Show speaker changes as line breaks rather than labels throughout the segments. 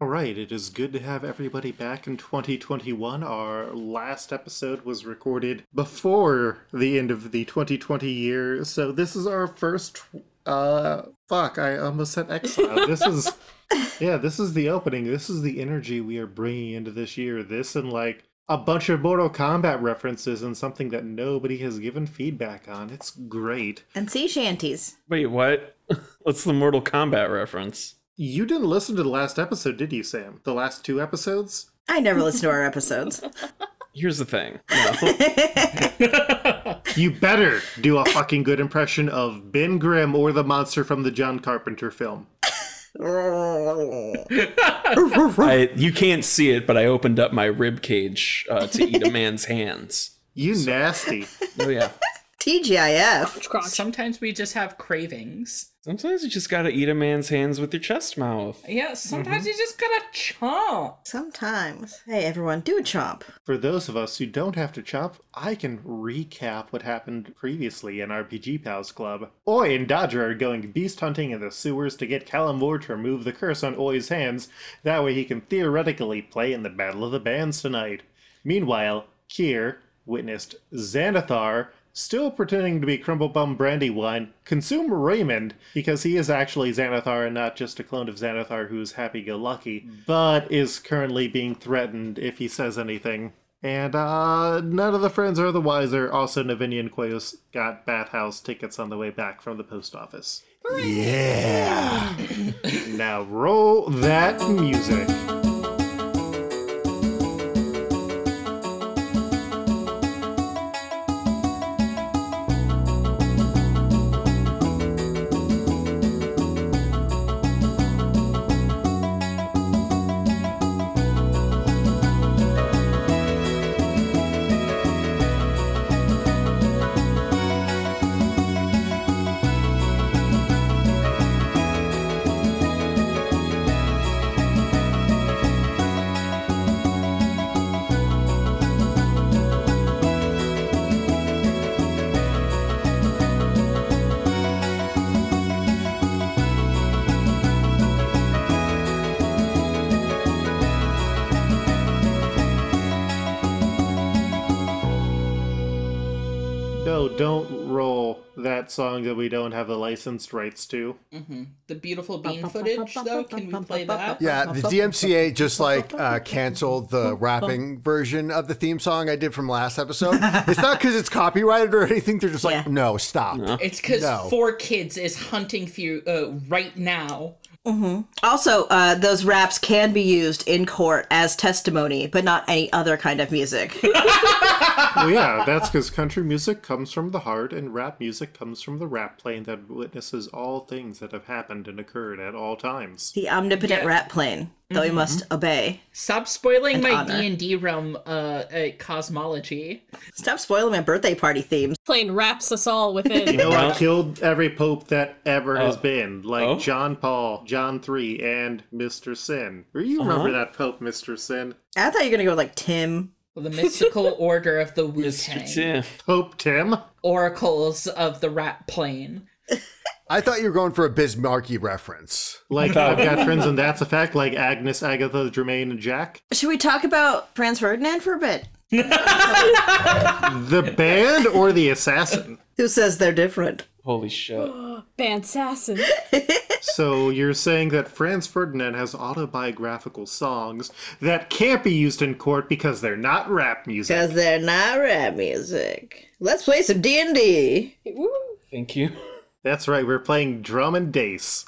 All right, it is good to have everybody back in 2021. Our last episode was recorded before the end of the 2020 year, so this is our first. Uh, fuck, I almost said exile. This is. Yeah, this is the opening. This is the energy we are bringing into this year. This and like a bunch of Mortal Kombat references and something that nobody has given feedback on. It's great.
And sea shanties.
Wait, what? What's the Mortal Kombat reference?
You didn't listen to the last episode, did you, Sam? The last two episodes?
I never listen to our episodes.
Here's the thing. No.
You better do a fucking good impression of Ben Grimm or the monster from the John Carpenter film.
I, you can't see it, but I opened up my rib cage uh, to eat a man's hands.
You nasty.
Oh yeah.
TGIF.
Sometimes we just have cravings.
Sometimes you just gotta eat a man's hands with your chest mouth.
Yeah, sometimes
Mm-hmm.
you just gotta chomp.
Sometimes. Hey, everyone, do a chomp.
For those of us who don't have to chop, I can recap what happened previously in RPG Pals Club. Oi and Dodger are going beast hunting in the sewers to get Callum Moore to remove the curse on Oi's hands. That way he can theoretically play in the Battle of the Bands tonight. Meanwhile, Kier witnessed Xanathar still pretending to be Crumblebum Brandywine consume Raymond because he is actually Xanathar and not just a clone of Xanathar who is happy go lucky, but is currently being threatened if he says anything. And uh, none of the friends are the wiser. Also, Navinia and Quayos got bathhouse tickets on the way back from the post office. Yeah! now roll that music. No, don't roll that song that we don't have the licensed rights to.
hmm The beautiful bean footage, though, can we play that?
Yeah, the DMCA just like uh, canceled the rapping version of the theme song I did from last episode. It's not because it's copyrighted or anything. They're just like,
Yeah.
no, stop.
It's because
No.
four kids is hunting for you uh, right now.
Also, uh, those raps can be used in court as testimony, but not any other kind of music.
well, yeah, that's because country music comes from the heart, and rap music comes from the rap plane that witnesses all things that have happened and occurred at all times.
the omnipotent rap plane, though we must obey.
Stop spoiling my
honor.
D and D realm uh, uh, cosmology.
Stop spoiling my birthday party themes.
plane wraps us all
You
within.
know, I killed every pope that ever has been, like
oh?
John Paul, John Three, and Mister Sin. Or You
Uh-huh.
remember that pope, Mister Sin,
I thought you were gonna go with, like Tim.
The mystical order of the Wu
Mr.
Tang,
Tim.
Pope Tim?
oracles of the rat plane.
I thought you were going for a Bismarcky reference.
Like I've got friends, and that's a fact. Like Agnes, Agatha, Germaine, and Jack.
Should we talk about Franz Ferdinand for a bit?
The band or the assassin?
Who says they're different?
Holy shit.
Bansassin.
So you're saying that Franz Ferdinand has autobiographical songs that can't be used in court because they're not rap music.
Because they're not rap music. Let's play some D and D.
Thank you.
That's right, we're playing drum and dace.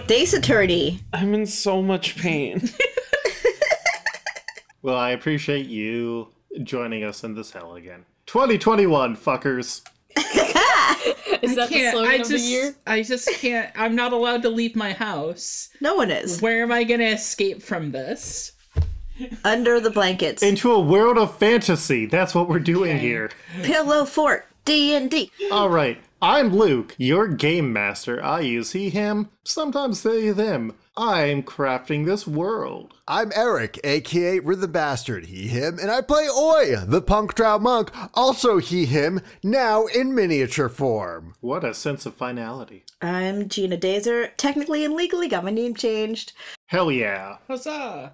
Dace Attorney.
I'm in so much pain.
Well, I appreciate you joining us in this hell again. 2021, fuckers.
Is that the
Can't-
slogan
I
of
just,
the year?
I just can't. I'm not allowed to leave my house.
No one is
Where am I gonna escape from this?
under the blankets.
Into a world of fantasy. That's what we're doing here.
Pillow fort. D and D.
All right, I'm Luke, your game master. I use he, him, sometimes they, them. I'm crafting this world.
I'm Eric, aka Rhythm Bastard, he, him, and I play Oi, the punk drow monk, also he, him, now in miniature form.
What a sense of finality.
I'm Gina Dazer. Technically and legally got my name changed.
Hell yeah.
Huzzah!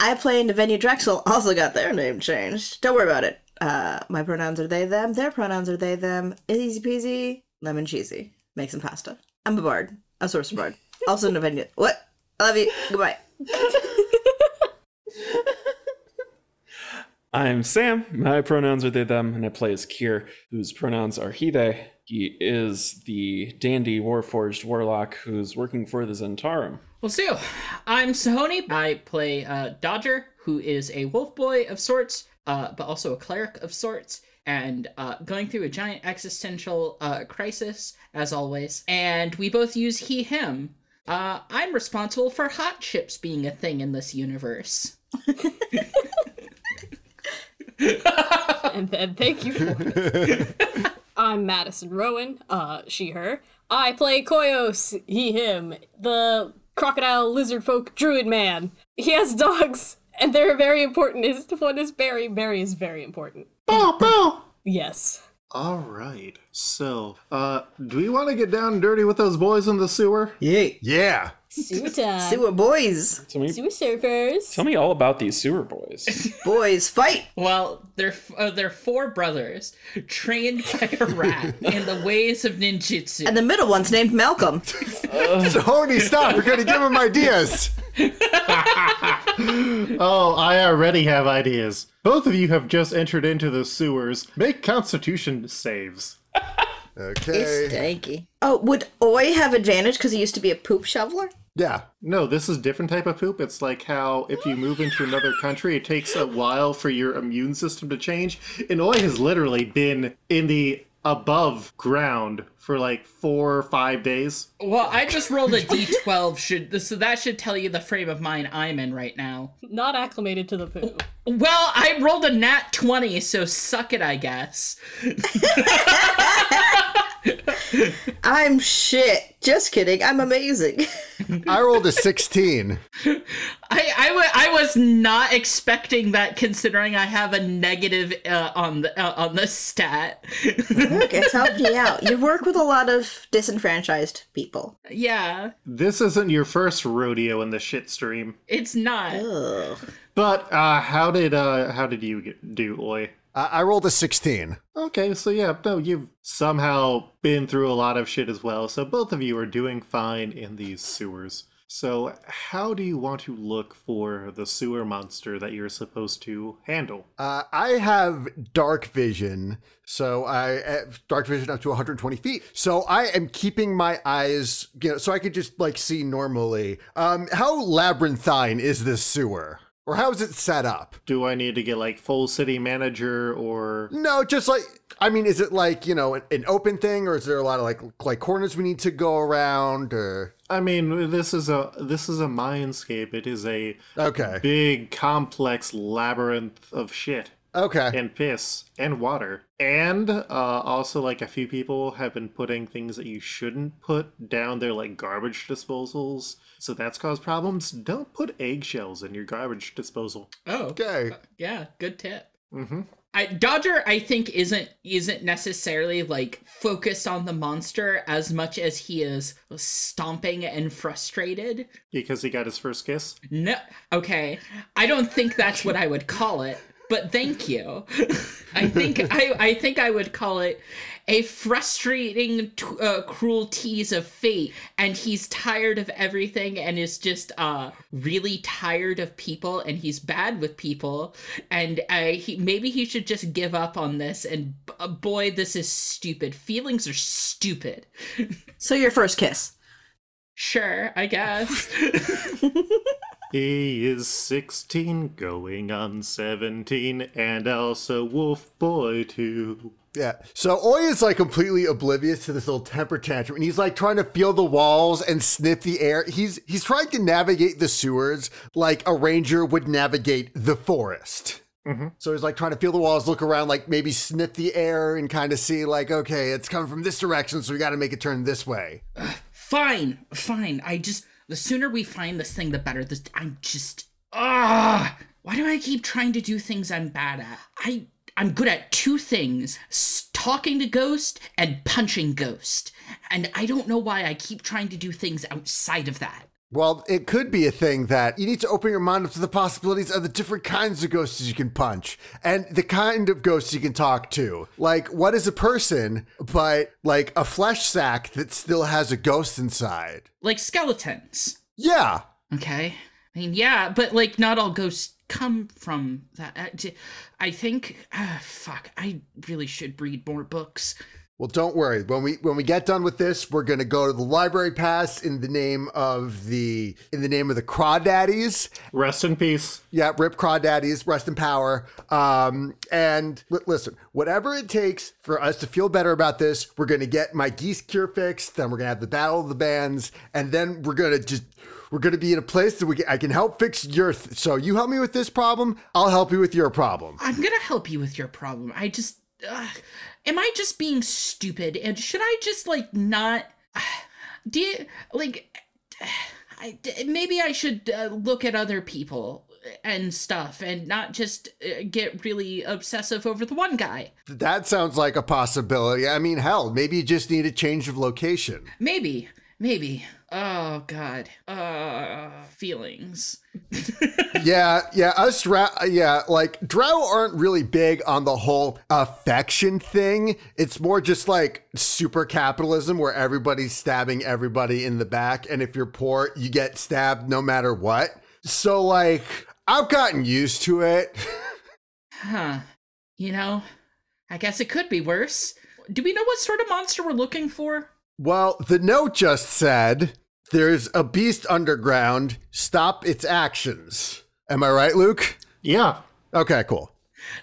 I play Navenia Drexel, also got their name changed. Don't worry about it. Uh, my pronouns are they, them. Their pronouns are they, them. Easy peasy, lemon cheesy. Make some pasta. I'm a bard, a sorcerer bard. Also Navenia. What? I love you. Goodbye.
I'm Sam. My pronouns are they, them, and I play as Kier, whose pronouns are he, they. He is the dandy warforged warlock who's working for the Zentarum.
Well, so I'm Sahoni. I play uh, Dodger, who is a wolf boy of sorts, uh, but also a cleric of sorts, and uh, going through a giant existential uh, crisis, as always. And we both use he, him. Uh, I'm responsible for hot chips being a thing in this universe.
and then thank you for it. I'm Madison Rowan, uh, she, her. I play Koyos, he, him, the crocodile lizard folk druid man. He has dogs, and they're very important. His one is Barry. Barry is very important.
Bow, bow.
Yes.
All right. So, uh, do we want to get down and dirty with those boys in the sewer?
Yay.
Yeah.
Sewer time.
See what boys,
Tell me,
Sewer surfers.
tell me all about these sewer boys.
boys fight.
Well, they're uh, they're four brothers trained by a rat in the ways of ninjutsu.
And the middle one's named Malcolm.
Tony, stop. You're going to give him ideas.
Oh, I already have ideas. Both of you have just entered into the sewers. Make constitution saves.
Okay.
Stanky. Oh, would Oi have advantage because he used to be a poop shoveler?
Yeah.
No, this is different type of poop. It's like how if you move into another country, it takes a while for your immune system to change. And Oi has literally been in the above ground for like four or five days.
Well, I just rolled a d12. Should so that should tell you the frame of mind I'm in right now.
Not acclimated to the poo.
Well, I rolled a nat 20, so suck it, I guess.
I'm shit. Just kidding. I'm amazing.
I rolled a 16.
I I wa- I was not expecting that, considering I have a negative uh, on the uh, on the stat.
Look, it's helped me out. You work with a lot of disenfranchised people.
yeah,
This isn't your first rodeo in the shit stream.
it's not.
Ugh.
But uh, how did uh, how did you get, do, Oi?
I, I rolled a 16.
Okay, so yeah, no, you've somehow been through a lot of shit as well, so both of you are doing fine in these sewers. So, how do you want to look for the sewer monster that you're supposed to handle?
Uh, I have dark vision, so I have dark vision up to 120 feet. So I am keeping my eyes, you know, so I could just like see normally. Um, how labyrinthine is this sewer, or how is it set up?
Do I need to get like full city manager or.
No, just like I mean, is it like you know an, an open thing, or is there a lot of like like corners we need to go around? Or
I mean, this is a this is a mindscape. It is a
okay,
big, complex labyrinth of shit.
okay,
and piss and water and uh, also like a few people have been putting things that you shouldn't put down their like garbage disposals so that's caused problems don't put eggshells in your garbage disposal
Oh,
okay.
yeah, good tip.
mm-hmm.
I, Dodger, I think isn't isn't necessarily like focused on the monster as much as he is stomping and frustrated.
because he got his first kiss
No, okay, I don't think that's what I would call it. But thank you. I think I I think I would call it a frustrating t- uh, cruel tease of fate, and he's tired of everything, and is just uh really tired of people, and he's bad with people, and uh, he maybe he should just give up on this. And uh, boy, this is stupid. Feelings are stupid.
So your first kiss.
Sure, I guess.
he is 16 going on 17 and also wolf boy too
Yeah. So Oi is like completely oblivious to this little temper tantrum, and he's like trying to feel the walls and sniff the air. He's he's trying to navigate the sewers like a ranger would navigate the forest.
Mhm.
So he's like trying to feel the walls, look around, like maybe sniff the air and kind of see, like, okay, it's coming from this direction, so we got to make it turn this way.
Fine, fine. I just the sooner we find this thing, the better. This I'm just ah. Why do I keep trying to do things I'm bad at? I I'm good at two things: s- talking to ghost and punching ghost. And I don't know why I keep trying to do things outside of that.
Well, it could be a thing that you need to open your mind up to the possibilities of the different kinds of ghosts you can punch and the kind of ghosts you can talk to. Like, what is a person but like a flesh sack that still has a ghost inside?
Like skeletons.
Yeah.
Okay. I mean, yeah, but like, not all ghosts come from that. I- d- I think, ah, fuck, I really should read more books.
Well, don't worry. When we when we get done with this, we're gonna go to the library pass in the name of the in the name of the crawdaddies
Rest in peace.
Yeah, rip crawdaddies, rest in power. Um, and li- listen, whatever it takes for us to feel better about this, we're gonna get my geese cure fixed. Then we're gonna have the battle of the bands, and then we're gonna just we're gonna be in a place that we can, I can help fix your. Th- so you help me with this problem, I'll help you with your problem.
I'm gonna help you with your problem. I just, ugh, am I just being stupid? And should I just like not? Do you like? I d- maybe I should uh, look at other people and stuff, and not just uh, get really obsessive over the one guy.
That sounds like a possibility. I mean, hell, maybe you just need a change of location.
Maybe, maybe. Oh God, uh, feelings.
yeah, yeah, us drow, yeah, like drow aren't really big on the whole affection thing. It's more just like super capitalism where everybody's stabbing everybody in the back, and if you're poor, you get stabbed no matter what. So like, I've gotten used to it.
Huh. You know, I guess it could be worse. Do we know what sort of monster we're looking for?
Well, the note just said there's a beast underground. Stop its actions. Am I right, Luke?
Yeah.
Okay, cool.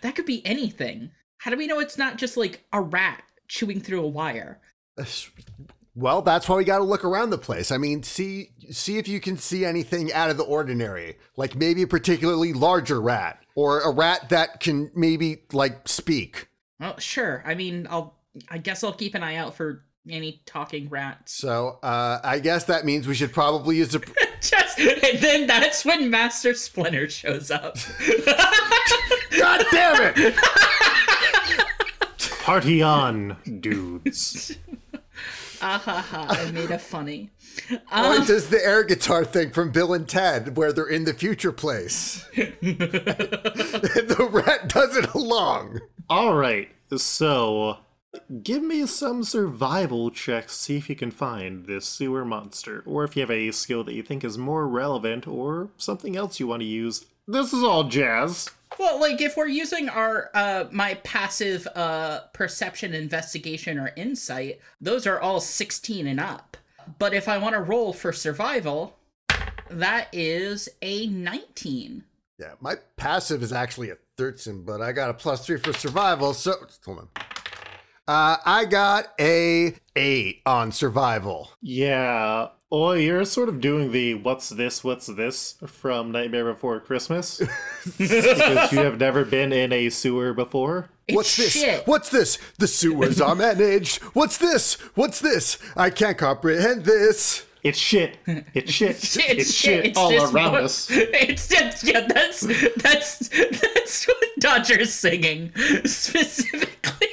That could be anything. How do we know it's not just like a rat chewing through a wire?
Well, that's why we got to look around the place. I mean, see see if you can see anything out of the ordinary, like maybe a particularly larger rat or a rat that can maybe like speak.
Well, sure. I mean, I'll. I guess I'll keep an eye out for any talking rats.
So, uh, I guess that means we should probably use a
Just and then that's when Master Splinter shows up.
God damn it.
Party on, dudes.
ah ha ha! I made a funny.
Or it does the air guitar thing from Bill and Ted where they're in the future place. the rat does it along.
All right. So, give me some survival checks. See if you can find this sewer monster, or if you have a skill that you think is more relevant, or something else you want to use. This is all jazz.
Well, like if we're using our uh my passive uh perception, investigation, or insight, those are all sixteen and up. But if I want to roll for survival, that is a nineteen.
Yeah, my passive is actually a 13, but I got a plus three for survival. So hold on. Uh, I got a eight on survival.
Yeah. Oh, you're sort of doing the what's this, what's this from Nightmare Before Christmas. because you have never been in a sewer before.
It's
What's this?
Shit.
What's this? The sewers are managed. What's this? What's this? I can't comprehend this.
It's shit. It's shit. it's, shit,
It's
all
just
around
what-
us.
It's just yeah. That's that's that's what Dodger's singing specifically.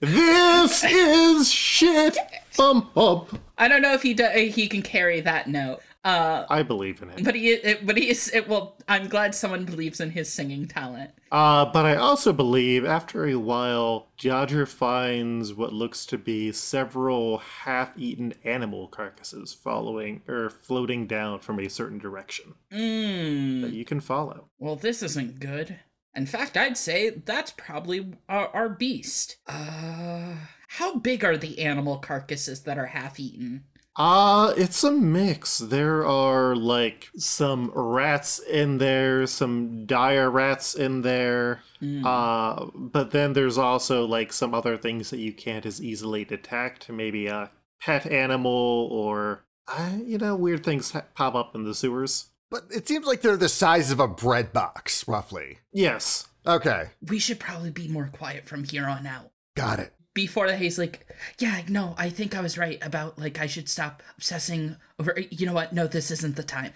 This is shit. Bump up.
I don't know if he do, he can carry that note. Uh,
I believe in it.
But he, it, but he's, it, well, I'm glad someone believes in his singing talent.
Uh, but I also believe after a while, Dodger finds what looks to be several half eaten animal carcasses following or floating down from a certain direction
Mm.
that you can follow.
Well, this isn't good. In fact, I'd say that's probably our, our beast. Uh, how big are the animal carcasses that are half eaten?
Uh, it's a mix. There are like some rats in there, some dire rats in there.
Hmm.
Uh, but then there's also like some other things that you can't as easily detect. Maybe a pet animal or, uh, you know, weird things ha- pop up in the sewers.
But it seems like they're the size of a bread box, roughly.
Yes.
Okay,
We should probably be more quiet from here on out.
got it.
Before that, he's like, yeah, no, I think I was right about, like, I should stop obsessing over. You know what? No, this isn't the time.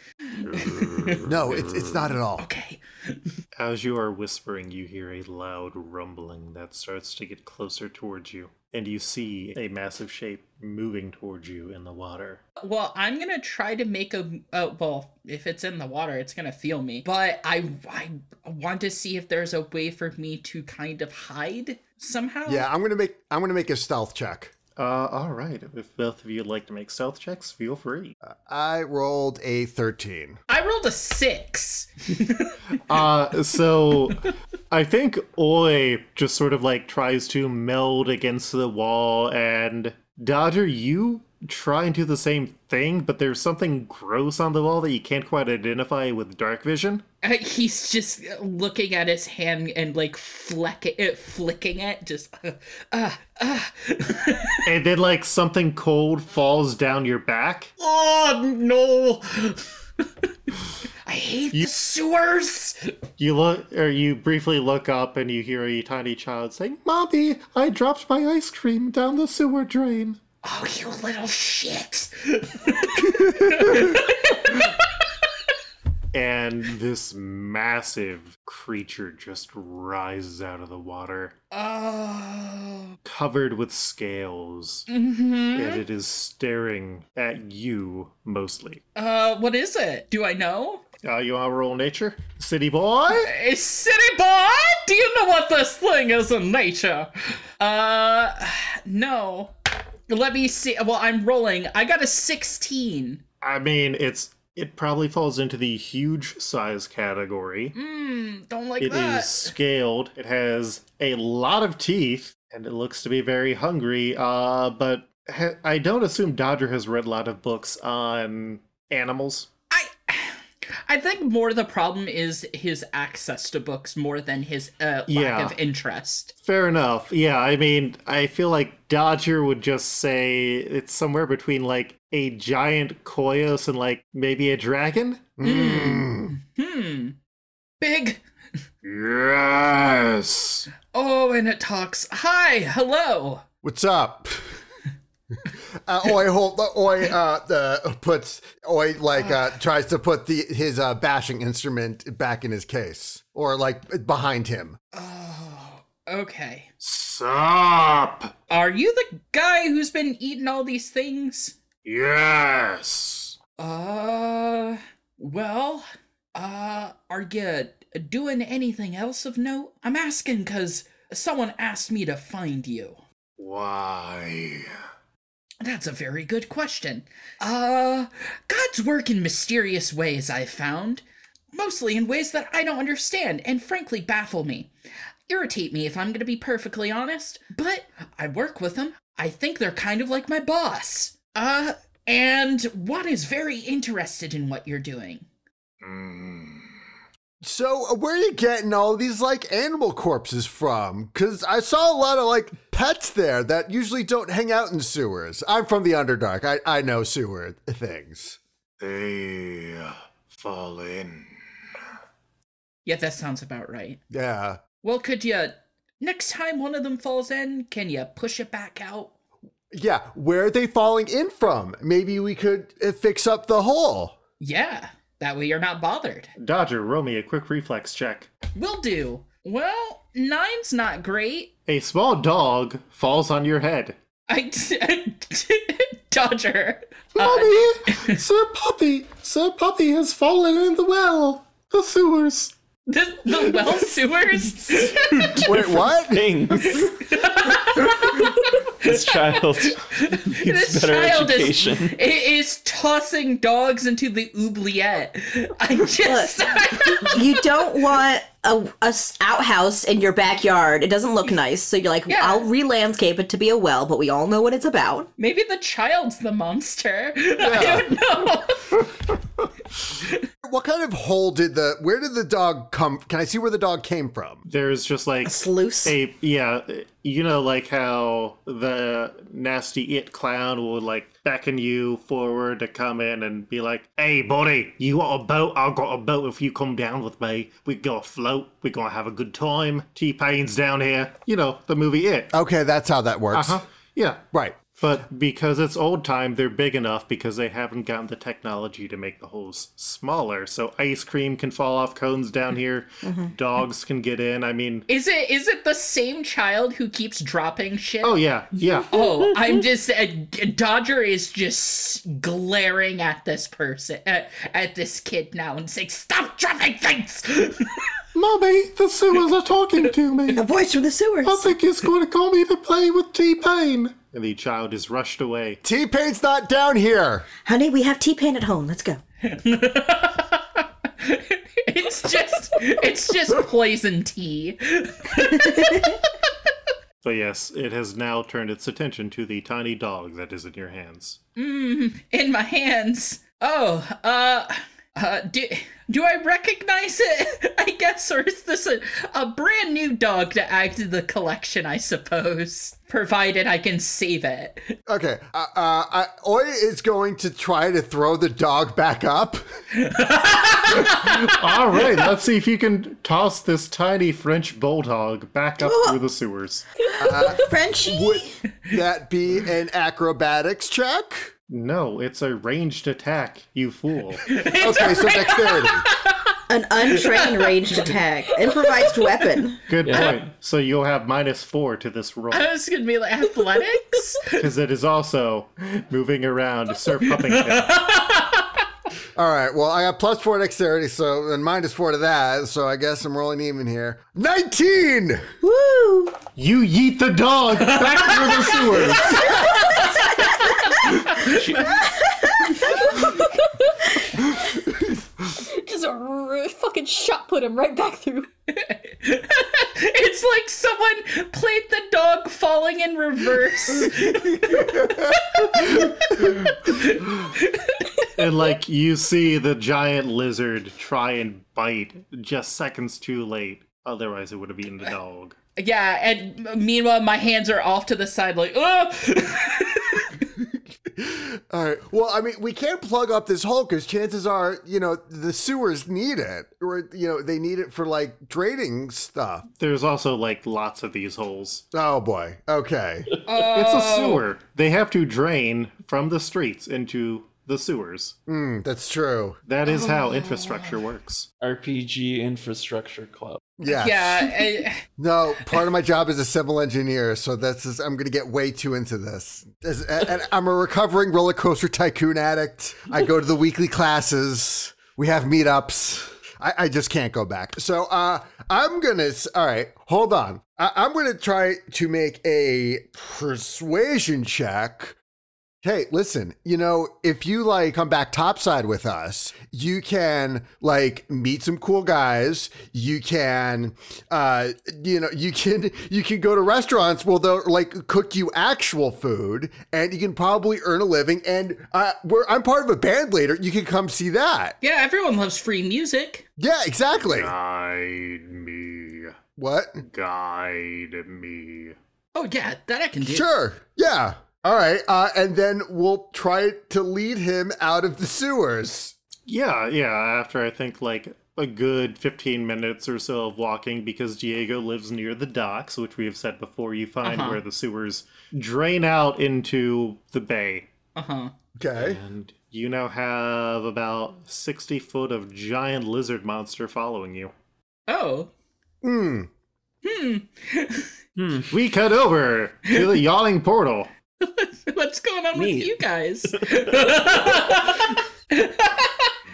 No, it's it's not at all.
Okay.
As you are whispering, you hear a loud rumbling that starts to get closer towards you, and you see a massive shape moving towards you in the water.
Well, I'm going to try to make a. Oh, well, if it's in the water, it's going to feel me. But I, I want to see if there's a way for me to kind of hide somehow.
Yeah, I'm gonna make I'm gonna make a stealth check.
Uh, all right. If both of you would like to make stealth checks, feel free.
I rolled a thirteen.
I rolled a six.
Uh, so I think Oi just sort of like tries to meld against the wall, and Dodger, you try and do the same thing, but there's something gross on the wall that you can't quite identify with dark vision.
Uh, he's just looking at his hand and like fleck it, flicking it, just uh, uh, uh.
And then, like, something cold falls down your back.
oh no! I hate the sewers.
You look, or you briefly look up, and you hear a tiny child saying, Mommy, I dropped my ice cream down the sewer drain.
Oh, you little shit!
And this massive creature just rises out of the water.
Oh,
covered with scales, and it is staring at you mostly.
uh, what is it? Do I know?
Uh, you want to roll nature, city boy?
A city boy? Do you know what this thing is in nature? Uh, no. Let me see. Well, I'm rolling. I got a sixteen.
I mean, it's it probably falls into the huge size category.
Mm, don't like
It
that.
is scaled. It has a lot of teeth, and it looks to be very hungry. Uh, but ha- I don't assume Dodger has read a lot of books on animals.
I I think more the problem is his access to books more than his uh, lack
Yeah.
of interest.
Fair enough. Yeah, I mean, I feel like Dodger would just say it's somewhere between like a giant koios and like maybe a dragon.
Mm.
Hmm. Big.
Yes.
Oh, and it talks. Hi, hello.
What's up? uh, Oi, hold, Oi, uh, uh, puts Oi like uh, tries to put the his uh, bashing instrument back in his case or like behind him.
Oh, okay.
Sup.
Are you the guy who's been eating all these things?
Yes.
Uh, well, uh, are you doing anything else of note? I'm asking because someone asked me to find you.
Why?
That's a very good question. Uh, God's work in mysterious ways, I've found. Mostly in ways that I don't understand and frankly baffle me. Irritate me if I'm gonna be perfectly honest, but I work with them. I think they're kind of like my boss. Uh, and one is very interested in what you're doing.
So uh, where are you getting all these like animal corpses from? Cause I saw a lot of like pets there that usually don't hang out in sewers. I'm from the Underdark. I, I know sewer things.
They fall in.
Yeah, that sounds about right.
Yeah.
Well, could you. Next time one of them falls in, can you push it back out?
Yeah. Where are they falling in from? Maybe we could uh, fix up the hole.
Yeah, that way you're not bothered.
Dodger, roll me a quick reflex check.
Will do. Well, nine's not great.
A small dog falls on your head.
I Dodger. Uh,
Mommy, Sir Puppy, Sir Puppy has fallen in the well, the sewers.
the, the well sewers.
Wait, what?
Things. this child needs
this
better
child is,
education.
i- is tossing dogs into the oubliette. I just
you don't want a, a s- outhouse in your backyard. It doesn't look nice, so you're like,
Yeah.
I'll re-landscape it to be a well, but we all know what it's about.
maybe the child's the monster. I don't know.
What kind of hole did the? Where did the dog come? Can I see where the dog came from?
There's just like
Sluice.
a yeah, you know, like how the nasty it clown will like beckon you forward to come in and be like, "Hey, buddy, you want a boat? I got a boat. If you come down with me, we gonna float. We gonna have a good time. T Pain's down here. You know the movie It.
Okay, that's how that works.
Huh? Yeah."
Uh-huh. Right.
But because it's old time, they're big enough because they haven't gotten the technology to make the holes smaller. So ice cream can fall off cones down here. Dogs can get in. I mean,
Is it is it the same child who keeps dropping shit?
oh yeah, yeah.
Oh, I'm just uh, Dodger is just glaring at this person at, at this kid now and saying, "Stop dropping things."
Mommy, the sewers are talking to me.
A voice from the sewers.
I think it's going to call me to play with T Pain. And the child is rushed away.
T Pain's not down here.
Honey, we have T Pain at home. Let's go.
it's just it's just poison tea.
But yes, it has now turned its attention to the tiny dog that is in your hands.
in my hands. Oh, uh, uh, do, do I recognize it? I guess, or is this a, a brand new dog to add to the collection, I suppose? Provided I can save it.
Okay. Uh, uh, I, Oi is going to try to throw the dog back up.
All right, let's see if you can toss this tiny French bulldog back up through the sewers.
Frenchie.
Would that be an acrobatics check?
No, it's a ranged attack, you fool.
Okay, so dexterity.
An untrained ranged attack. Improvised weapon.
Good point. So you'll have minus four to this roll.
I was gonna be like athletics.
Because it is also moving around, Sir Puppington.
All right. Well, I got plus four dexterity, so and minus four to that. So I guess I'm rolling even here. Nineteen.
Woo!
You yeet the dog back through the sewers.
Just a r- fucking shot put him right back through.
it's like someone played the dog falling in reverse.
And like you see the giant lizard try and bite just seconds too late. Otherwise, it would have eaten the dog.
yeah, and meanwhile, my hands are off to the side, like, oh,
All right. Well, I mean, we can't plug up this hole because chances are, you know, the sewers need it, or you know, they need it for like draining stuff.
There's also like lots of these holes.
Oh boy. Okay.
It's a sewer. They have to drain from the streets into the sewers.
Mm, that's true.
That is how infrastructure works.
RPG Infrastructure Club.
Yeah.
yeah. eh,
No, part of my job is a civil engineer, so that's just, I'm going to get way too into this. As, and I'm a recovering roller coaster tycoon addict. I go to the weekly classes. We have meetups. I, I just can't go back. So uh, I'm gonna. s- All right, hold on. I, I'm gonna try to make a persuasion check Hey, listen, you know, if you like come back topside with us, you can like meet some cool guys. You can, uh, you know, you can, you can go to restaurants. Well, they'll like cook you actual food and you can probably earn a living. And, uh, we're, I'm part of a band later. You can come see that.
yeah, everyone loves free music.
Yeah, exactly.
Guide me.
What?
Guide me.
Oh yeah, that I can do.
Sure. Yeah. All right. Uh, and then we'll try to lead him out of the sewers.
Yeah, yeah. After I think like a good 15 minutes or so of walking, because Diego lives near the docks, which we have said before, you find where the sewers drain out into the bay.
Uh huh.
Okay.
And you now have about 60 foot of giant lizard monster following you.
Oh.
Hmm.
Hmm.
We cut over to the yawning portal.
What's going on with you guys?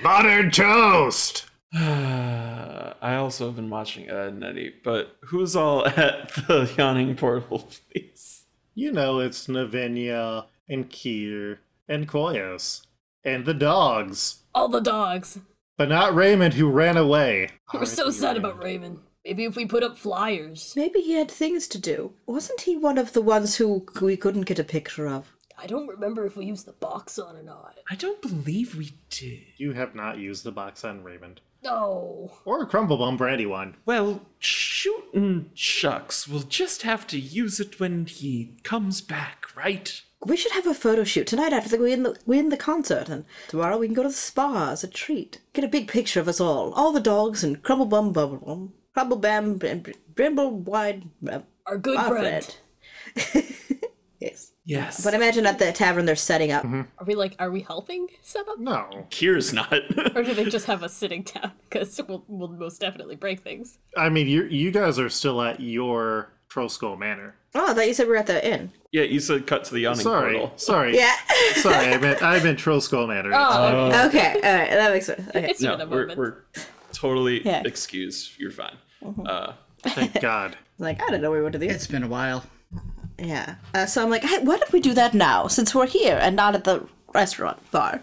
Buttered toast!
I also have been watching Ed and Eddie, but who's all at the yawning portal, please?
You know it's Navinia and Kier and Koyos and the dogs.
All the dogs.
But not Raymond, who ran away.
I was so sad about Raven. Maybe if we put up flyers.
Maybe he had things to do. Wasn't he one of the ones who we couldn't get a picture of?
I don't remember if we used the box on or not.
I don't believe we did.
You have not used the box on Raymond.
No.
Or Crumblebum for anyone.
Well, shootin' shucks, we'll just have to use it when he comes back, right?
We should have a photo shoot tonight after the, we end the we end the concert, and tomorrow we can go to the spa as a treat. Get a big picture of us all, all the dogs, and crumble bum bubble bum, crumble bam, bam, brimble wide, uh,
Our good
our
friend.
friend. yes.
Yes.
But I imagine at the tavern they're setting up.
Are we like, are we helping set up?
No.
Kier's not.
Or do they just have us sitting down? Because we'll, we'll most definitely break things.
I mean, you you guys are still at your Troll Skull Manor.
Oh, I thought you said we were at the inn.
yeah, you said cut to the yawning
Sorry,
portal.
sorry,
Yeah.
sorry. I meant I meant Troll Skull Manor.
Oh,
okay. All right. That makes sense. Okay.
it's been
No,
a
we're,
moment.
we're totally
Yeah.
excused. You're fine. Uh,
Oh, Thank God.
Like I don't know we went to the inn.
It's been a while.
Yeah. Uh, so I'm like, hey, why don't we do that now since we're here and not at the restaurant bar?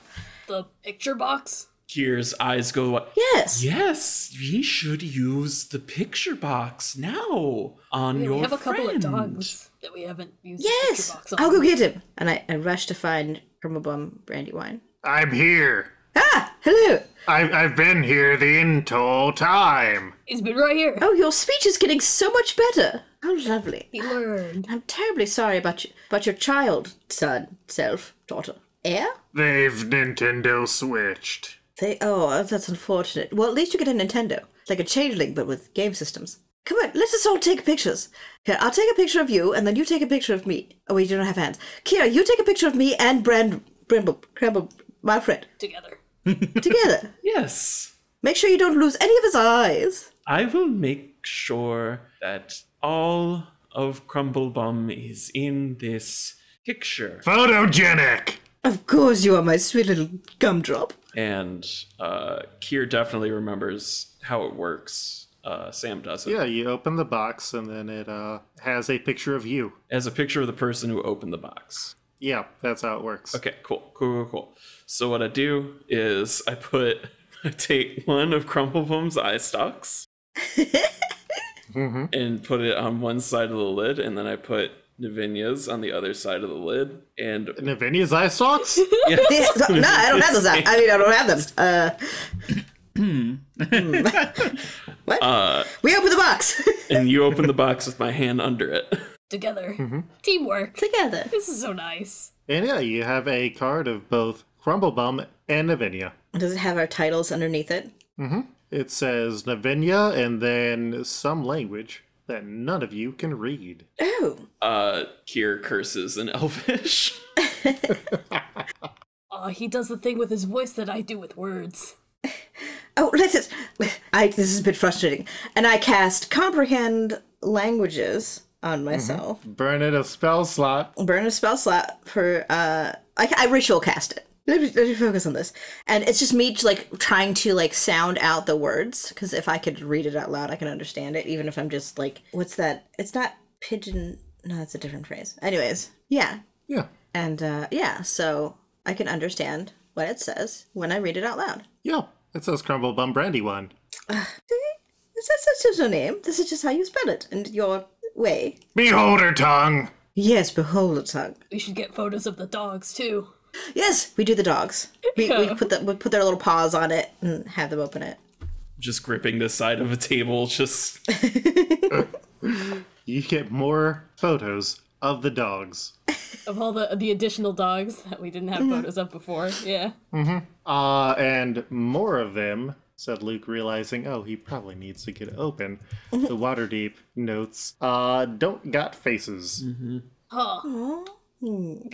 The picture box?
Kier's eyes go what?
Yes.
Yes, we should use the picture box now on
Yeah,
your
we have a couple
friend.
of dogs that we haven't used
Yes.
the picture box on.
I'll go get him. And I, I rush to find Permabum Brandywine.
I'm here.
Ah, hello.
I've I've been here the entire time.
He's been right here.
Oh, your speech is getting so much better. How lovely.
He learned.
I'm terribly sorry about you, about your child, son, self, daughter, heir.
They've Nintendo switched.
They. Oh, that's unfortunate. Well, at least you get a Nintendo, It's like a changeling, but with game systems. Come on, let us all take pictures. Here, I'll take a picture of you, and then you take a picture of me. Oh, we do not have hands. Kira, you take a picture of me and Brand Brimble, Crumble, my friend,
Together.
together.
Yes,
Make sure you don't lose any of his eyes.
I will make sure that all of Crumblebum is in this picture.
Photogenic.
Of course, you are my sweet little gumdrop.
And uh, Kier definitely remembers how it works. Uh, Sam doesn't.
Yeah, you open the box and then it uh has a picture of you.
As a picture of the person who opened the box.
Yeah, that's how it works.
Okay, cool, cool, cool, cool. So what I do is I put I take one of Crumplebum's eye stalks and put it on one side of the lid, and then I put Navinia's on the other side of the lid. And
Navinia's eye stalks?
no, I don't have those eyes. I mean, I don't have them. Uh, hmm. what? we open the box
and you open the box with my hand under it.
Together.
Mm-hmm.
Teamwork.
together.
This is so nice.
and yeah, you have a card of both Crumblebum and Navinia.
Does it have our titles underneath it?
It says Navinia and then some language that none of you can read.
Oh,
Uh, Kier curses in Elvish.
Aw, he does the thing with his voice that I do with words.
Oh, let us. I this is a bit frustrating, and I cast comprehend languages on myself.
Burn it a spell slot.
Burn a spell slot for uh, I, I ritual cast it. Let me, let me focus on this, and it's just me like trying to like sound out the words because if I could read it out loud, I can understand it, even if I'm just like, what's that? It's not pigeon. No, that's a different phrase. Anyways, yeah,
Yeah.
and uh, yeah, so I can understand what it says when I read it out loud.
Yeah. It says Crumblebum Brandywine.
Is that such just your name? This is just how you spell it and your way.
Behold her tongue.
Yes, behold the tongue.
We should get photos of the dogs too.
Yes, we do the dogs. We, we put the, we put their little paws on it and have them open it.
just gripping the side of a table, just
You get more photos of the dogs.
Of all the the additional dogs that we didn't have
Mm.
photos of before. Yeah.
Uh, and more of them, said Luke, realizing, oh, he probably needs to get open. the Waterdeep notes, uh, don't got faces.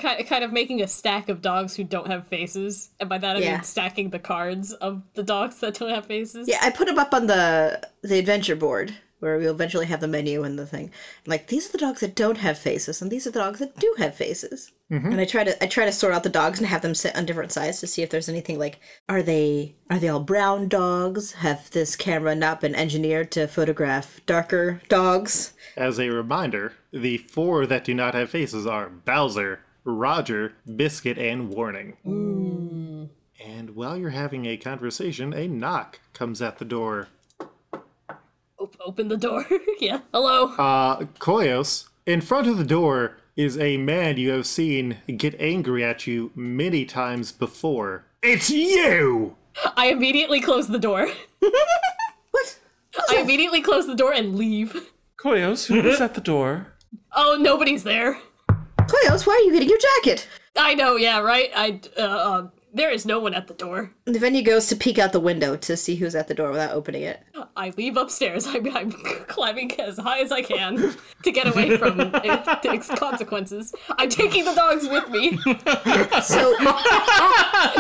Kind, kind of making a stack of dogs who don't have faces. And by that I
Yeah.
mean stacking the cards of the dogs that don't have faces.
Yeah, I put them up on the the adventure board where we'll eventually have the menu and the thing. Like these are the dogs that don't have faces, and these are the dogs that do have faces. And I try to I try to sort out the dogs and have them sit on different sides to see if there's anything like are they are they all brown dogs? Have this camera not been engineered to photograph darker dogs?
As a reminder, the four that do not have faces are Bowser, Roger, Biscuit, and Warning. And while you're having a conversation, a knock comes at the door.
Op- open the door. yeah. Hello.
Uh, Koyos, in Uh, front of the door, is a man you have seen get angry at you many times before. It's you!
I immediately close the door.
What?
I immediately close the door and leave.
Koyos, who was at the door?
Oh, nobody's there.
Koyos, why are you getting your jacket?
I know, yeah, right? I, uh, uh, there is no one at the door.
And then he goes to peek out the window to see who's at the door without opening it.
I leave upstairs. I'm, I'm climbing as high as I can to get away from its consequences. I'm taking the dogs with me.
So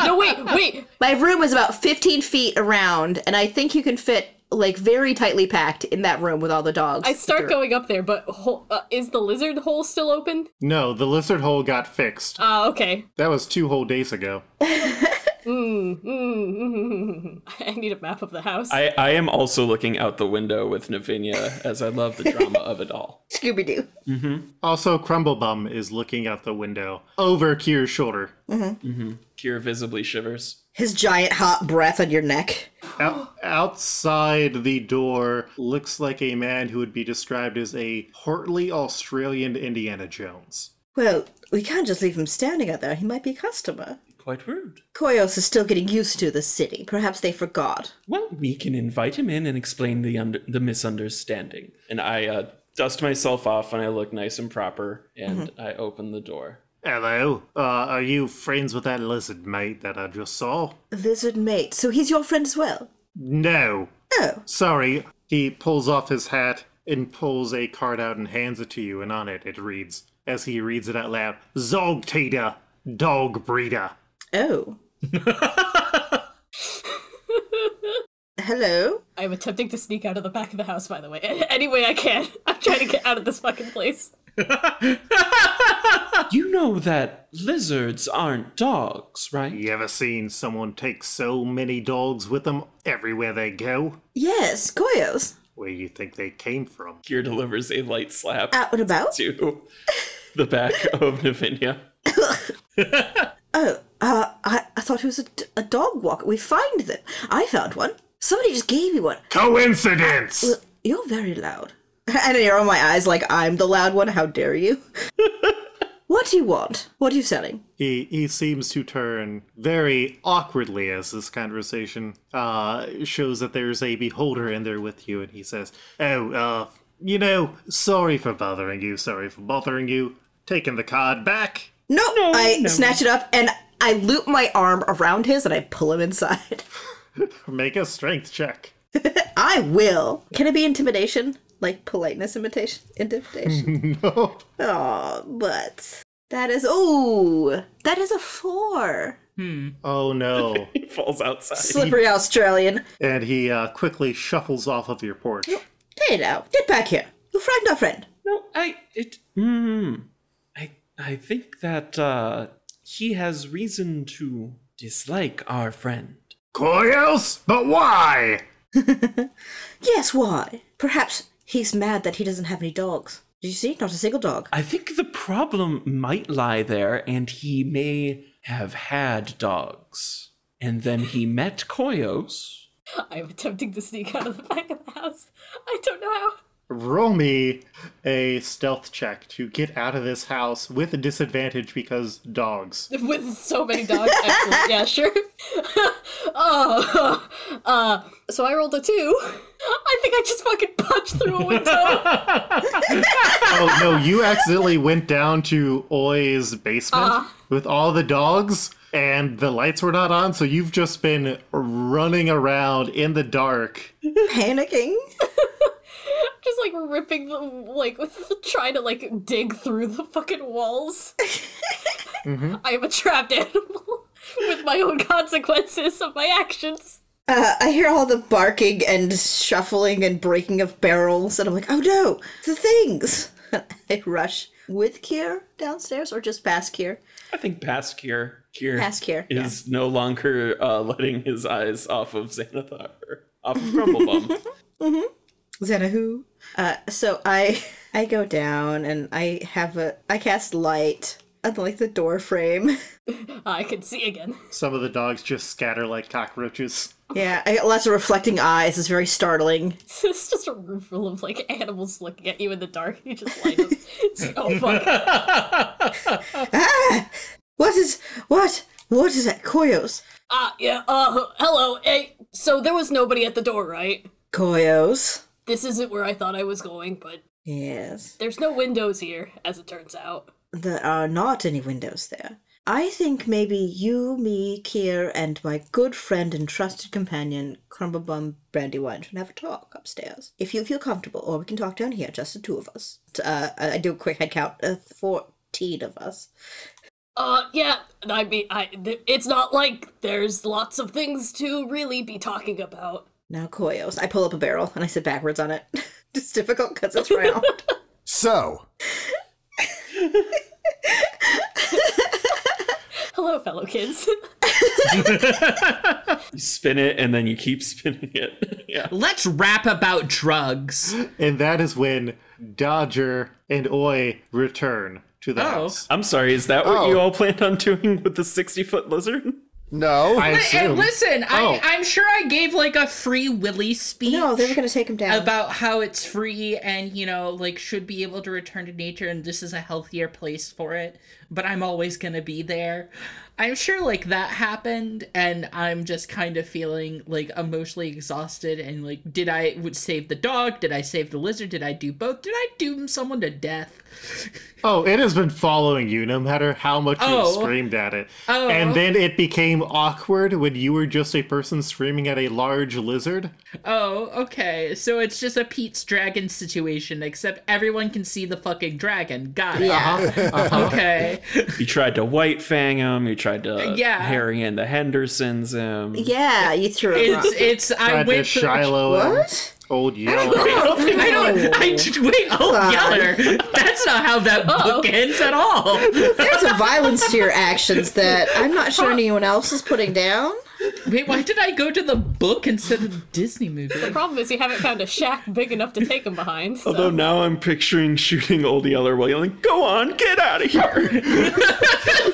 No, wait, wait.
my room is about 15 feet around, and I think you can fit like very tightly packed in that room with all the dogs.
I start going up there, but hole, uh, is the lizard hole still open?
No, the lizard hole got fixed.
Ah, okay.
That was two whole days ago.
I need a map of the house.
I, I am also looking out the window with Navinia as I love the drama of it all.
Scooby Doo.
Also, Crumblebum is looking out the window over Kier's shoulder.
Kier visibly shivers.
His giant hot breath on your neck.
Out- outside the door looks like a man who would be described as a portly Australian Indiana Jones.
Well, we can't just leave him standing out there. He might be a customer.
Quite rude.
Koyos is still getting used to the city. Perhaps they forgot.
Well, we can invite him in and explain the under, the misunderstanding. And I uh, dust myself off and I look nice and proper and I open the door.
Hello. Uh, are you friends with that lizard mate that I just saw?
Lizard mate. So he's your friend as well.
No.
Oh,
Sorry. He pulls off his hat and pulls a card out and hands it to you, and on it it reads, as he reads it out loud, Zogteater, dog breeder.
oh. Hello.
I'm attempting to sneak out of the back of the house, by the way. Any way I can. I'm trying to get out of this fucking place.
You know that lizards aren't dogs, right?
You ever seen someone take so many dogs with them everywhere they go?
Yes, Koyos.
Where you think they came from?
Kier delivers a light slap
Out and about.
to the back of Navinia.
Oh, uh, I, I thought he was a, d- a dog walker. We find them. I found one. Somebody just gave me one.
Coincidence!
You're very loud. And you're on my eyes like I'm the loud one. How dare you? what do you want? What are you selling?
He he seems to turn very awkwardly as this conversation uh, shows that there's a beholder in there with you, and he says, "Oh, uh, you know, sorry for bothering you. Sorry for bothering you. Taking the card back."
No, I snatch it up and I loop my arm around his and I pull him inside.
Make a strength check.
I will. Can it be intimidation? Like politeness imitation? Intimidation?
No.
oh, but that is. Oh, that is a four.
Oh no!
He falls outside.
Slippery Australian.
and he uh, quickly shuffles off of your porch.
Hey now, get back here. You frightened our friend.
No, I it hmm. I I think that uh he has reason to dislike our friend.
Koyos, but why?
Yes, why? Perhaps he's mad that he doesn't have any dogs. Did you see? Not a single dog.
I think the problem might lie there and he may have had dogs. And then he met Koyos.
I'm attempting to sneak out of the back of the house. I don't know how.
Roll me a stealth check to get out of this house with a disadvantage because dogs.
With so many dogs. Excellent. Yeah, sure. oh, uh, so I rolled a two. I think I just fucking punched through a window.
Oh no, you accidentally went down to Oi's basement with all the dogs and the lights were not on, so you've just been running around in the dark.
Panicking.
just like ripping the, like, with, trying to like dig through the fucking walls. I am a trapped animal with my own consequences of my actions.
Uh, I hear all the barking and shuffling and breaking of barrels, and I'm like, oh no, the things. I rush with Kier downstairs or just past Kier.
I think past Kier Kier
Past Kier.
is no longer uh, letting his eyes off of Xanathar off of Grumblebum.
Xena who? Uh, so I I go down and I have a I cast light. and like the door frame.
Ah, I can see again.
Some of the dogs just scatter like cockroaches.
yeah, I got lots of reflecting eyes. It's very startling.
It's just a room full of like animals looking at you in the dark. You just light up. It's- oh fuck.
Ah! What is what? What is that? Koyos.
Ah, yeah. Uh, hello. Hey, so there was nobody at the door, right?
Koyos.
This isn't where I thought I was going, but
Yes.
there's no windows here, as it turns out.
There are not any windows there. I think maybe you, me, Kier, and my good friend and trusted companion, Crumblebum Brandywine, should have a talk upstairs. If you feel comfortable, or we can talk down here, just the two of us. T- Uh, I I do a quick head count. Uh, 14 of us.
Uh, yeah. I mean, I. Th- it's not like there's lots of things to really be talking about.
Now, Koyos. I pull up a barrel and I sit backwards on it. it's difficult because it's round.
So,
Hello, fellow kids.
You spin it and then you keep spinning it. yeah.
Let's rap about drugs.
And that is when Dodger and Oi return to the
Oh.
house.
I'm sorry, is that what
Oh.
you all planned on doing with the 60 foot lizard?
no.
I
And
assume.
listen,
Oh.
I, I'm sure I gave like a free Willy speech.
no, they were going to take him down.
about how it's free and you know like should be able to return to nature and this is a healthier place for it but i'm always going to be there i'm sure like that happened and i'm just kind of feeling like emotionally exhausted and like did i would save the dog did i save the lizard did i do both did i doom someone to death
Oh, it has been following you no matter how much
Oh.
you screamed at it.
Oh.
And then it became awkward when you were just a person screaming at a large lizard.
oh okay so it's just a pete's dragon situation except everyone can see the fucking dragon got it
yeah.
okay
You tried to white fang him, you tried to
Yeah.
Harry and the Hendersons him.
Yeah, you threw it.
it's it's i
Tried to
went through-
Shiloh and
What?
Old Yellow.
I don't think I don't. I d- wait. Oh, Yeller. That's not how that book ends at all.
There's a violence to your actions that I'm not sure anyone else is putting down.
Wait, why did I go to the book instead of the Disney movie?
Problem is, you haven't found a shack big enough to take him behind. So.
Although now I'm picturing shooting old Yeller while yelling, "Go on, get out of here!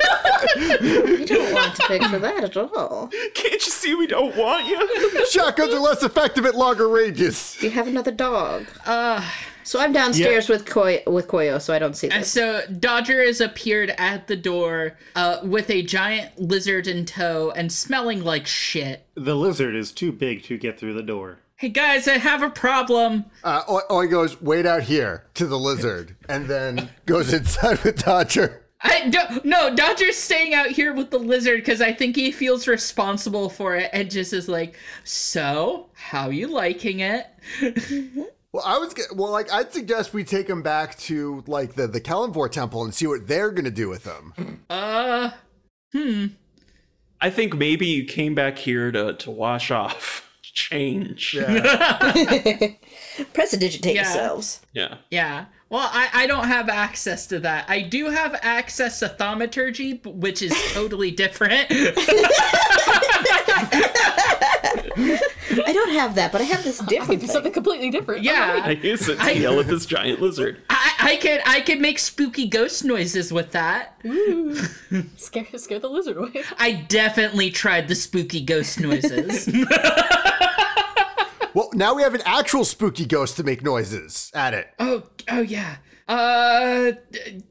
You don't want to picture that at all.
Can't you see we don't want you?"
Shotguns are less effective at longer ranges.
You have another dog. Uh, so I'm downstairs with Koi with Koyo, so I don't see this.
So Dodger has appeared at the door uh, with a giant lizard in tow and smelling like shit.
the lizard is too big to get through the door.
Hey guys, I have a problem.
Uh, Oi- Oi goes, wait out here to the lizard, and then goes inside with Dodger.
I don't, no, Dodger's staying out here with the lizard because I think he feels responsible for it and just is like, so how you liking it?
Well, I was g- well, like I'd suggest we take him back to like the the Kalimvor temple and see what they're gonna do with him.
Uh,
I think maybe you came back here to to wash off, change. Yeah.
Prestidigitate
Yeah.
yourselves.
Yeah. Well, I, I don't have access to that. I do have access to thaumaturgy, b- which is totally different.
I don't have that, but I have this different
Do
thing.
something completely different.
I
Yeah.
use it to yell at this giant lizard.
I, I can I can make spooky ghost noises with that.
Scare, scare the lizard away.
I definitely tried the spooky ghost noises.
Well, now we have an actual spooky ghost to make noises at it.
oh oh yeah. Uh, d-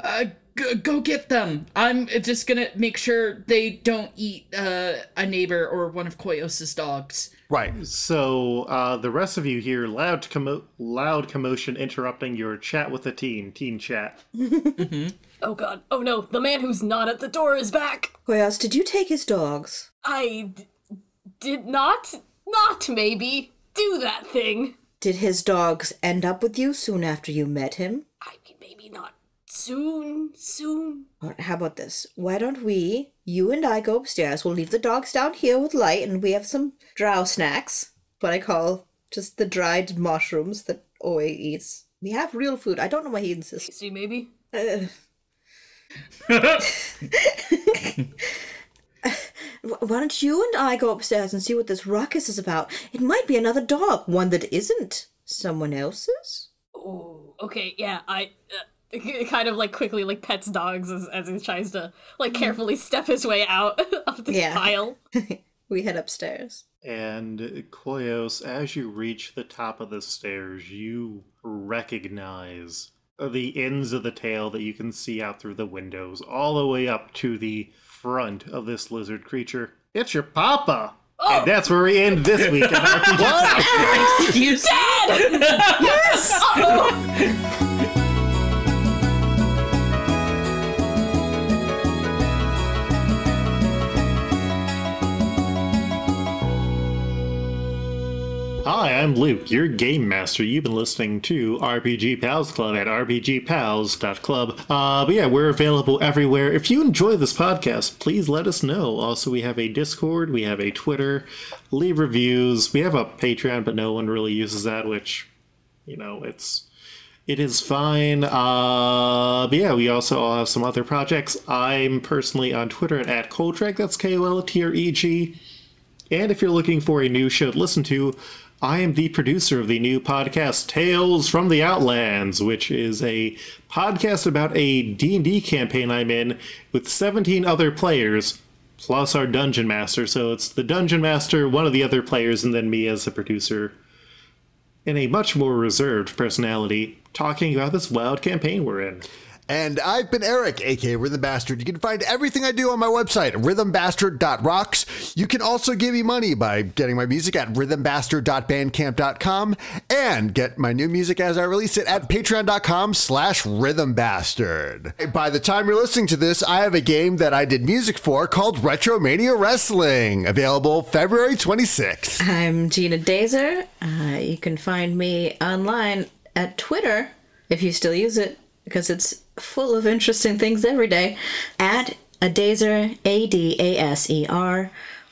uh go, go get them. I'm just gonna make sure they don't eat uh, a neighbor or one of Koyos's dogs.
Right.
So uh, the rest of you hear loud commo- loud commotion interrupting your chat with the teen, teen chat.
Oh god. Oh no. The man who's not at the door is back.
Koyos, did you take his dogs?
I d- did not, not maybe, do that thing.
Did his dogs end up with you soon after you met him?
I mean, maybe not soon, soon.
Or how about this? Why don't we, you and I, go upstairs? We'll leave the dogs down here with light, and we have some drow snacks. What I call just the dried mushrooms that Oi eats. We have real food. I don't know why he insists.
See, maybe.
Ugh. Wh- Why don't you and I go upstairs and see what this ruckus is about? It might be another dog, one that isn't someone else's.
Oh, okay, yeah. I. Uh, kind of like quickly like pets dogs as, as he tries to like carefully step his way out of this
Yeah.
pile.
We head upstairs.
And Koyos, as you reach the top of the stairs, you recognize the ends of the tail that you can see out through the windows, all the way up to the front of this lizard creature. It's your papa!
Oh!
And that's where we end this week. on RPG
Excuse me.
Oh,
Hi, I'm Luke, your game master. You've been listening to RPG Pals Club at rpgpals.club. Uh, but yeah, we're available everywhere. If you enjoy this podcast, please let us know. Also, we have a Discord, we have a Twitter, leave reviews. We have a Patreon, but no one really uses that, which, you know, it's it is fine. Uh, but yeah, we also all have some other projects. I'm personally on Twitter at, at Coltreg. That's K O L T R E G. And if you're looking for a new show to listen to, I am the producer of the new podcast Tales from the Outlands, which is a podcast about a D&D campaign I'm in with 17 other players plus our dungeon master. So it's the dungeon master, one of the other players and then me as the producer in a much more reserved personality talking about this wild campaign we're in.
And I've been Eric, aka Rhythm Bastard. You can find everything I do on my website, rhythmbastard.rocks. You can also give me money by getting my music at rhythmbastard.bandcamp.com and get my new music as I release it at patreon.com slash rhythmbastard. By the time you're listening to this, I have a game that I did music for called Retromania Wrestling, available February 26th.
I'm Gina Dazer. Uh, you can find me online at Twitter, if you still use it, because it's full of interesting things every day, at a Dazer, A D A S E R.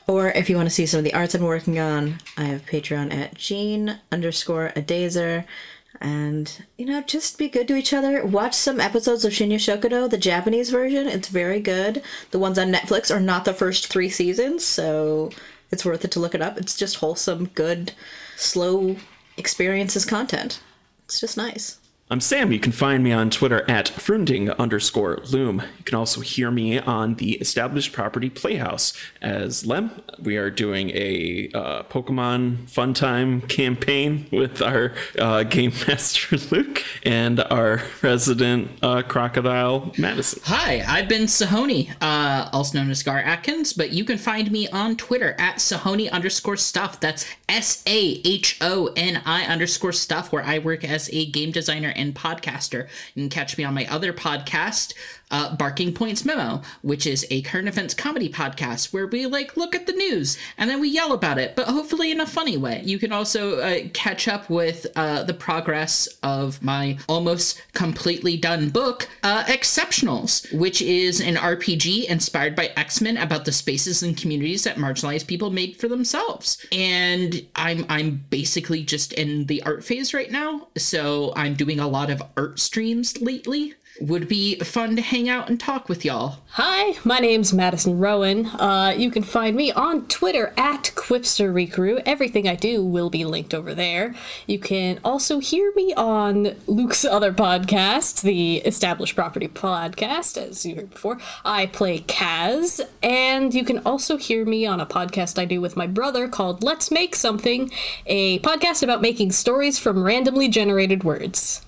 Or if you want to see some of the arts I'm working on, I have Patreon at Gene underscore a Dazer. And, you know, just be good to each other. Watch some episodes of Shinya Shokudo, the Japanese version. It's very good. The ones on Netflix are not the first three seasons, so it's worth it to look it up. It's just wholesome, good, slow experiences content. It's just nice.
I'm Sam. You can find me on Twitter at frunding underscore loom. You can also hear me on the Established Property Playhouse as Lem. We are doing a uh, Pokemon Fun Time campaign with our uh, Game Master Luke and our resident uh, Crocodile Madison.
Hi, I've been Sahoni, uh, also known as Gar Atkins, but you can find me on Twitter at Sahoni underscore stuff. That's S A H O N I underscore stuff, where I work as a game designer and podcaster. You can catch me on my other podcast, uh, Barking Points Memo, which is a current events comedy podcast where we like look at the news and then we yell about it, but hopefully in a funny way. You can also uh, catch up with uh, the progress of my almost completely done book, uh, Exceptionals, which is an RPG inspired by X Men about the spaces and communities that marginalized people made for themselves. And I'm I'm basically just in the art phase right now, so I'm doing a lot of art streams lately would be fun to hang out and talk with y'all.
Hi, my name's Madison Rowan. Uh, you can find me on Twitter at Quipster Recrew. Everything I do will be linked over there. You can also hear me on Luke's other podcast, the Established Property Podcast, as you heard before. I play Kaz, and you can also hear me on a podcast I do with my brother called Let's Make Something, a podcast about making stories from randomly generated words.